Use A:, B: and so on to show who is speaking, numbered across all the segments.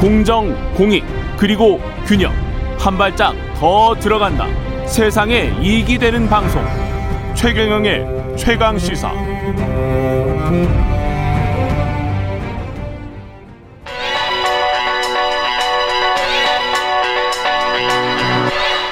A: 공정, 공익, 그리고 균형. 한 발짝 더 들어간다. 세상에 이익이 되는 방송. 최경영의 최강 시사.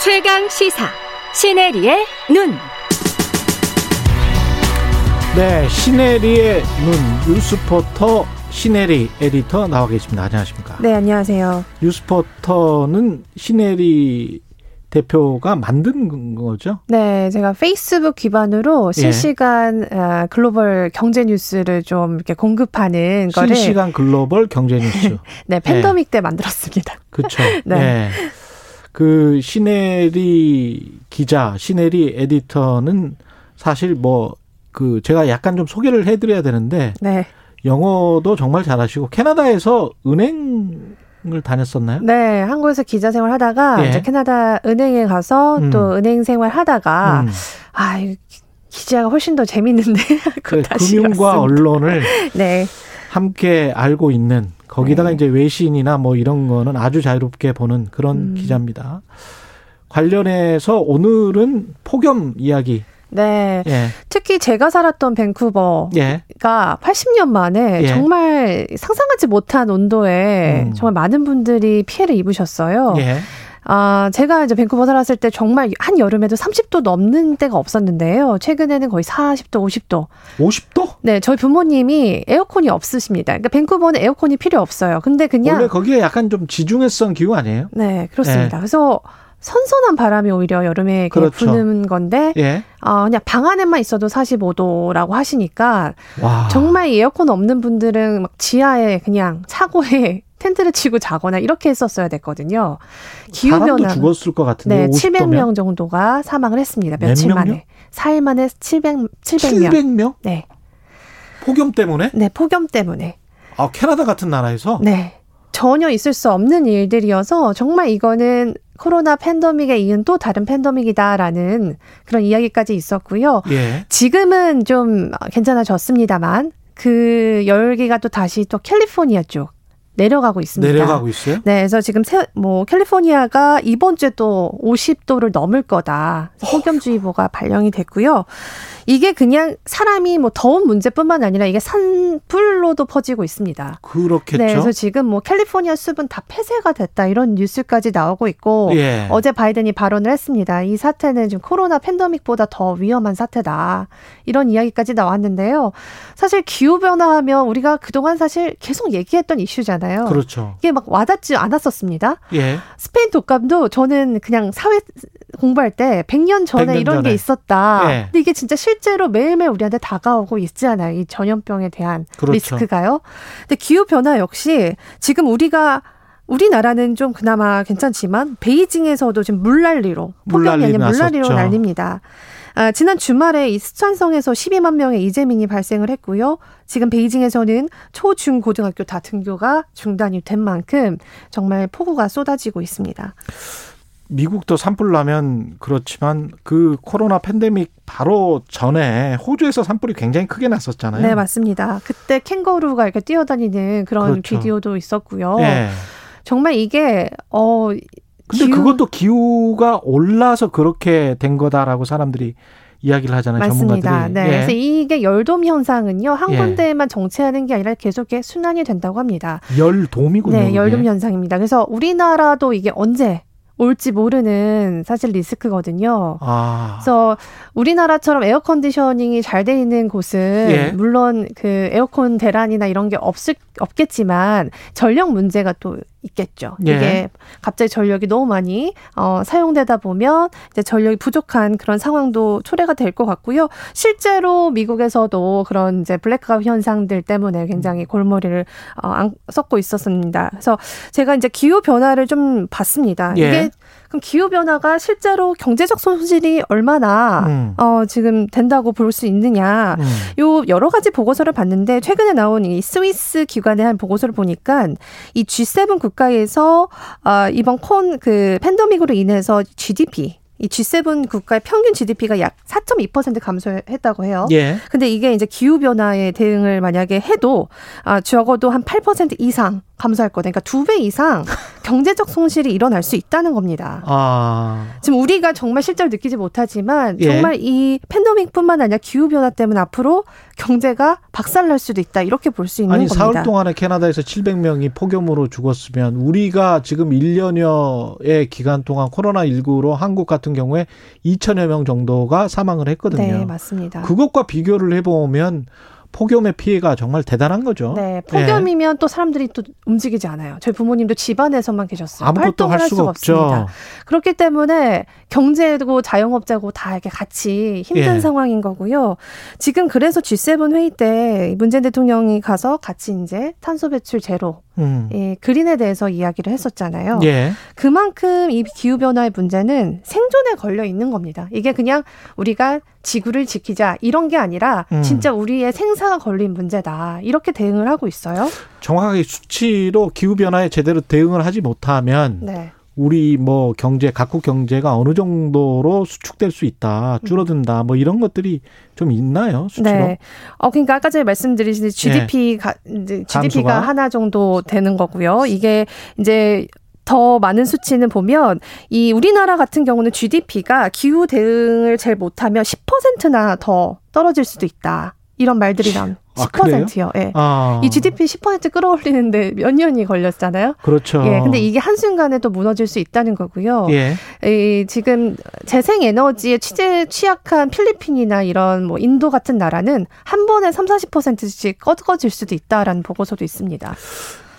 B: 최강 시사 시네리의 눈.
C: 네, 시네리의 눈 뉴스포터 시네리 에디터 나와 계십니다. 안녕하십니까?
D: 네, 안녕하세요.
C: 뉴스포터는 시네리 대표가 만든 거죠?
D: 네, 제가 페이스북 기반으로
C: 예.
D: 실시간 아, 글로벌 경제 뉴스를 좀 이렇게 공급하는 거를
C: 실시간 예. 글로벌 경제 뉴스.
D: 네, 팬더믹 때 만들었습니다.
C: 그렇죠.
D: 네.
C: 예. 그 시네리 기자, 시네리 에디터는 사실 뭐 그 제가 약간 좀 소개를 해 드려야 되는데
D: 네.
C: 영어도 정말 잘하시고 캐나다에서 은행을 다녔었나요?
D: 네, 한국에서 기자 생활 하다가
C: 예.
D: 이제 캐나다 은행에 가서
C: 음.
D: 또 은행 생활 하다가
C: 음.
D: 아, 이 기자가 훨씬 더 재밌는데. 하고
C: 그
D: 다시
C: 금융과
D: 왔습니다.
C: 언론을
D: 네.
C: 함께 알고 있는 거기다가
D: 네.
C: 이제 외신이나 뭐 이런 거는 아주 자유롭게 보는 그런
D: 음.
C: 기자입니다. 관련해서 오늘은 폭염 이야기.
D: 네.
C: 예.
D: 특히 제가 살았던 밴쿠버
C: 예.
D: 가 80년 만에
C: 예.
D: 정말 상상하지 못한 온도에
C: 음.
D: 정말 많은 분들이 피해를 입으셨어요.
C: 예.
D: 아, 제가 이제 밴쿠버 살았을 때 정말 한 여름에도 30도 넘는 때가 없었는데요. 최근에는 거의 40도, 50도.
C: 50도?
D: 네, 저희 부모님이 에어컨이 없으십니다. 그러니까 밴쿠버는 에어컨이 필요 없어요. 근데 그냥
C: 원래 거기에 약간 좀 지중해성 기후 아니에요?
D: 네, 그렇습니다. 그래서 선선한 바람이 오히려 여름에 이렇게
C: 그렇죠.
D: 부는 건데
C: 예.
D: 아, 그냥 방 안에만 있어도 45도라고 하시니까
C: 와.
D: 정말 이 에어컨 없는 분들은 막 지하에 그냥 차고에 텐트를 치고 자거나 이렇게 했었어야 됐거든요. 기후
C: 사람도
D: 변화.
C: 죽었을 것 같은데.
D: 네,
C: 50도면.
D: 700명 정도가 사망을 했습니다.
C: 몇
D: 며칠
C: 명요?
D: 만에. 4일 만에 700, 700명.
C: 700명?
D: 네.
C: 폭염 때문에?
D: 네, 폭염 때문에.
C: 아, 캐나다 같은 나라에서?
D: 네. 전혀 있을 수 없는 일들이어서 정말 이거는 코로나 팬데믹에 이은 또 다른 팬데믹이다라는 그런 이야기까지 있었고요.
C: 예.
D: 지금은 좀 괜찮아졌습니다만 그 열기가 또 다시 또 캘리포니아 쪽 내려가고 있습니다.
C: 내려가고 있어요?
D: 네, 그래서 지금 세, 뭐 캘리포니아가 이번 주에 또 50도를 넘을 거다. 그래서 폭염주의보가 발령이 됐고요. 이게 그냥 사람이 뭐 더운 문제뿐만 아니라 이게 산불로도 퍼지고 있습니다.
C: 그렇겠죠.
D: 네, 그래서 지금 뭐 캘리포니아 숲은 다 폐쇄가 됐다 이런 뉴스까지 나오고 있고
C: 예.
D: 어제 바이든이 발언을 했습니다. 이 사태는 지금 코로나 팬데믹보다 더 위험한 사태다. 이런 이야기까지 나왔는데요. 사실 기후변화 하면 우리가 그동안 사실 계속 얘기했던 이슈잖아요.
C: 그렇죠.
D: 이게 막 와닿지 않았었습니다.
C: 예.
D: 스페인 독감도 저는 그냥 사회 공부할 때 100년 전에
C: 100년
D: 이런
C: 전에.
D: 게 있었다.
C: 예.
D: 근데 이게 진짜 실제로 매일매일 우리한테 다가오고 있잖아요. 이 전염병에 대한
C: 그렇죠.
D: 리스크가요. 근데 기후 변화 역시 지금 우리가 우리나라는 좀 그나마 괜찮지만 베이징에서도 지금 물난리로 폭염이
C: 물난리
D: 아닌 물난리로
C: 났었죠.
D: 난립니다. 아, 지난 주말에 이 스촨성에서 12만 명의 이재민이 발생을 했고요. 지금 베이징에서는 초, 중, 고등학교 다 등교가 중단이 된 만큼 정말 폭우가 쏟아지고 있습니다.
C: 미국도 산불 나면 그렇지만 그 코로나 팬데믹 바로 전에 호주에서 산불이 굉장히 크게 났었잖아요.
D: 네, 맞습니다. 그때 캥거루가 이렇게 뛰어다니는 그런
C: 그렇죠.
D: 비디오도 있었고요.
C: 예. 네,
D: 정말 이게 어
C: 근데
D: 기후-
C: 그것도 기후가 올라서 그렇게 된 거다라고 사람들이 이야기를 하잖아요.
D: 맞습니다.
C: 전문가들이.
D: 네.
C: 예.
D: 그래서 이게 열돔 현상은요. 한
C: 예.
D: 군데에만 정체하는 게 아니라 계속 이렇게 순환이 된다고 합니다.
C: 열돔이군요.
D: 네,
C: 그게.
D: 열돔 현상입니다. 그래서 우리나라도 이게 언제 올지 모르는 사실 리스크거든요.
C: 아.
D: 그래서 우리나라처럼 에어컨디셔닝이 잘 돼 있는 곳은
C: 예.
D: 물론 그 에어컨 대란이나 이런 게 없을 없겠지만 전력 문제가 또 있겠죠.
C: 예.
D: 이게 갑자기 전력이 너무 많이 어, 사용되다 보면 이제 전력이 부족한 그런 상황도 초래가 될 것 같고요. 실제로 미국에서도 그런 이제 블랙아웃 현상들 때문에 굉장히 골머리를 어, 안- 썩고 있었습니다. 그래서 제가 이제 기후 변화를 좀 봤습니다.
C: 예.
D: 이게 그럼 기후 변화가 실제로 경제적 손실이 얼마나
C: 음.
D: 어, 지금 된다고 볼 수 있느냐.
C: 음.
D: 요 여러 가지 보고서를 봤는데 최근에 나온 이 스위스 기관의 한 보고서를 보니까 이 G7 국가에서 아 이번 콘 그 팬데믹으로 인해서 GDP 이 G7 국가의 평균 GDP가 약 4.2% 감소했다고 해요.
C: 예.
D: 근데 이게 이제 기후 변화에 대응을 만약에 해도 아 적어도 한 8% 이상 감소할 거다. 그러니까 두 배 이상 경제적 손실이 일어날 수 있다는 겁니다.
C: 아.
D: 지금 우리가 정말 실제로 느끼지 못하지만
C: 예.
D: 정말 이 팬데믹뿐만 아니라 기후 변화 때문에 앞으로 경제가 박살날 수도 있다. 이렇게 볼 수 있는
C: 아니
D: 겁니다.
C: 사흘 동안에 캐나다에서 700명이 폭염으로 죽었으면 우리가 지금 1년여의 기간 동안 코로나 19로 한국 같은 경우에 2천여 명 정도가 사망을 했거든요.
D: 네, 맞습니다.
C: 그것과 비교를 해보면 폭염의 피해가 정말 대단한 거죠. 예.
D: 네, 폭염이면 또 사람들이 또 움직이지 않아요. 저희 부모님도 집안에서만 계셨어요.
C: 아무것도
D: 활동을
C: 할 수가 없죠.
D: 없습니다. 그렇기 때문에 경제고 자영업자고 다 이렇게 같이 힘든
C: 예.
D: 상황인 거고요. 지금 그래서 G7 회의 때 문재인 대통령이 가서 같이 이제 탄소 배출 제로,
C: 음.
D: 예, 그린에 대해서 이야기를 했었잖아요.
C: 예.
D: 그만큼 이 기후변화의 문제는 생존에 걸려 있는 겁니다. 이게 그냥 우리가 지구를 지키자 이런 게 아니라
C: 음.
D: 진짜 우리의 생사가 걸린 문제다. 이렇게 대응을 하고 있어요.
C: 정확하게 수치로 기후 변화에 제대로 대응을 하지 못하면
D: 네.
C: 우리 뭐 경제 각국 경제가 어느 정도로 수축될 수 있다 줄어든다 뭐 이런 것들이 좀 있나요 수치로 네.
D: 네. 어 그러니까 아까 전에 말씀드린 GDP가 이제 GDP가
C: 감소가?
D: 하나 정도 되는 거고요. 이게 이제 더 많은 수치는 보면 이 우리나라 같은 경우는 GDP가 기후 대응을 잘 못하면 10%나 더 떨어질 수도 있다. 이런 말들이 나온
C: 아, 그래요?
D: 10%요. 예.
C: 아
D: 이 GDP 10% 끌어올리는데 몇 년이 걸렸잖아요.
C: 그렇죠
D: 예, 근데 이게 한순간에 또 무너질 수 있다는 거고요.
C: 예.
D: 이 지금 재생 에너지에 취재 취약한 필리핀이나 이런 뭐 인도 같은 나라는 한 번에 3, 40%씩 꺼질 수도 있다라는 보고서도 있습니다.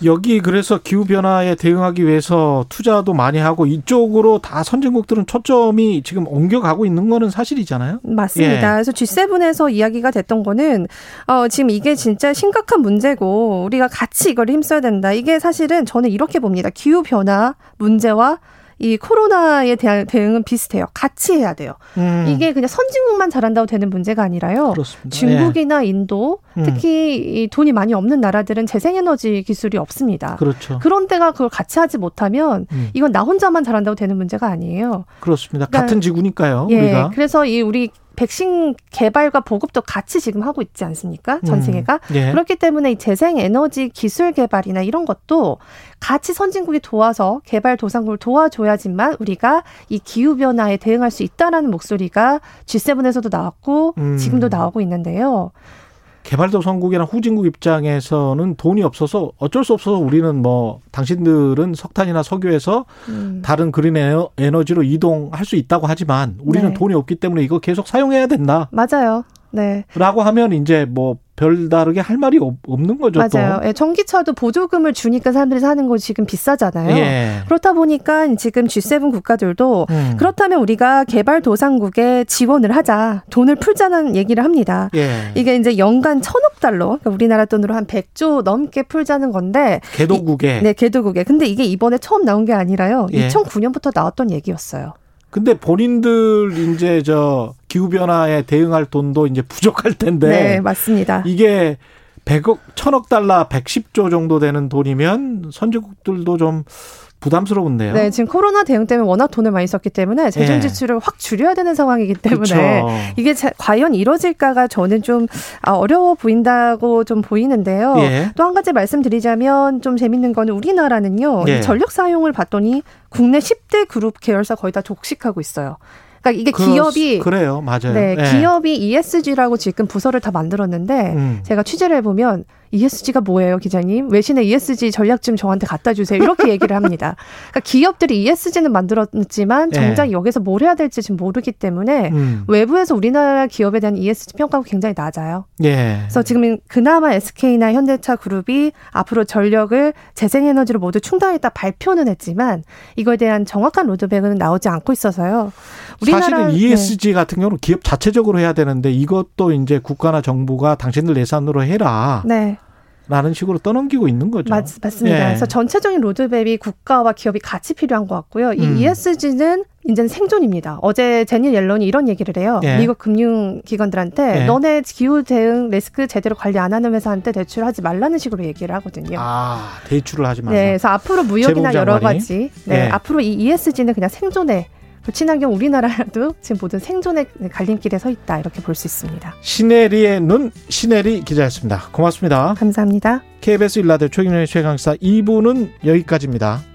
C: 여기 그래서 기후 변화에 대응하기 위해서 투자도 많이 하고 이쪽으로 다 선진국들은 초점이 지금 옮겨가고 있는 거는 사실이잖아요
D: 맞습니다.
C: 예.
D: 그래서 G7에서 이야기가 됐던 거는 어 지금 이게 진짜 심각한 문제고 우리가 같이 이걸 힘써야 된다. 이게 사실은 저는 이렇게 봅니다. 기후 변화 문제와 이 코로나에 대한 대응은 비슷해요. 같이 해야 돼요.
C: 음,
D: 이게 그냥 선진국만 잘한다고 되는 문제가 아니라요.
C: 그렇습니다 예.
D: 중국이나 인도
C: 음.
D: 특히 이 돈이 많이 없는 나라들은 재생에너지 기술이 없습니다.
C: 그렇죠
D: 그런 데가 그걸 같이 하지 못하면
C: 음.
D: 이건 나 혼자만 잘한다고 되는 문제가 아니에요.
C: 그렇습니다
D: 그러니까-
C: 같은 지구니까요
D: 예.
C: 어, 우리가
D: 그래서 이 우리 백신 개발과 보급도 같이 지금 하고 있지 않습니까? 전
C: 음,
D: 세계가.
C: 예.
D: 그렇기 때문에 이 재생에너지 기술 개발이나 이런 것도 같이 선진국이 도와서 개발 도상국을 도와줘야지만 우리가 이 기후 변화에 대응할 수 있다라는 목소리가 G7에서도 나왔고
C: 음.
D: 지금도 나오고 있는데요.
C: 개발도상국이나 후진국 입장에서는 돈이 없어서 어쩔 수 없어서 우리는 뭐 당신들은 석탄이나 석유에서
D: 음.
C: 다른 그린 에너- 에너지로 이동할 수 있다고 하지만 우리는
D: 네.
C: 돈이 없기 때문에 이거 계속 사용해야 된다라고
D: 맞아요. 네,
C: 하면 이제 뭐 별다르게 할 말이 없- 없는 거죠.
D: 맞아요. 예, 전기차도 보조금을 주니까 사람들이 사는 거 지금
C: 또.
D: 비싸잖아요.
C: 예.
D: 그렇다 보니까 지금 G7 국가들도
C: 음.
D: 그렇다면 우리가 개발 도상국에 지원을 하자, 돈을 풀자는 얘기를 합니다.
C: 예.
D: 이게 이제 연간 천억 달러, 그러니까 우리나라 돈으로 한 100조 넘게 풀자는 건데,
C: 개도국에.
D: 네, 개도국에. 근데 이게 이번에 처음 나온 게 아니라요.
C: 예.
D: 2009년부터 나왔던 얘기였어요.
C: 근데 본인들 이제 저 기후 변화에 대응할 돈도 이제 부족할 텐데
D: 네, 맞습니다.
C: 네. 이게 100억, 1000억 달러, 110조 정도 되는 돈이면 선진국들도 좀 부담스러운데요.
D: 네, 지금 코로나 대응 때문에 워낙 돈을 많이 썼기 때문에
C: 예.
D: 재정 지출을 확 줄여야 되는 상황이기 때문에
C: 그쵸.
D: 이게 자- 과연 이뤄질까가 저는 좀 아, 어려워 보인다고 좀 보이는데요.
C: 예.
D: 또 한 가지 말씀드리자면 좀 재밌는 거는 우리나라는요. 이
C: 예.
D: 전력 사용을 봤더니 국내 10대 그룹 계열사 거의 다 족식하고 있어요. 그러니까 이게
C: 그렇-
D: 기업이
C: 그래요, 맞아요.
D: 네,
C: 예.
D: 기업이 ESG라고 지금 부서를 다 만들었는데
C: 음.
D: 제가 취재를 해보면 ESG가 뭐예요, 기자님? 외신의 ESG 전략 좀 저한테 갖다 주세요. 이렇게 얘기를 합니다. 그러니까 기업들이 ESG는 만들었지만 정작
C: 예.
D: 여기서 뭘 해야 될지 지금 모르기 때문에
C: 음.
D: 외부에서 우리나라 기업에 대한 ESG 평가가 굉장히 낮아요.
C: 예.
D: 그래서 지금 그나마 SK나 현대차 그룹이 앞으로 전력을 재생에너지로 모두 충당했다 발표는 했지만 이거에 대한 정확한 로드맵은 나오지 않고 있어서요.
C: 사실은 E
D: 네.
C: ESG 같은 경우는 기업 자체적으로 해야 되는데 이것도 이제 국가나 정부가 당신들 예산으로 해라.
D: 네,
C: 라는 식으로 떠넘기고 있는 거죠.
D: 맞, 맞습니다.
C: 아, 예.
D: 그래서 전체적인 로드맵이 국가와 기업이 같이 필요한 것 같고요. 이
C: 음.
D: ESG는 이제는 생존입니다. 어제 제니 옐런이 이런 얘기를 해요.
C: 예.
D: 미국 금융기관들한테
C: 예.
D: 너네 기후 대응 리스크 제대로 관리 안 하는 회사한테 대출하지 말라는 식으로 얘기를 하거든요.
C: 아, 대출을 하지 말라.
D: 네, 그래서 네, 앞으로 무역이나
C: 재무부
D: 여러
C: 장관이?
D: 가지, 네,
C: 예.
D: 앞으로 이 ESG는 그냥 생존에 또 친환경 우리나라도 지금 모든 생존의 갈림길에 서 있다 이렇게 볼 수 있습니다.
C: 시네리의 눈 시네리
D: 네.
C: 기자였습니다. 고맙습니다.
D: 감사합니다.
C: KBS 일라드 최경영의 최강사 2부는 여기까지입니다.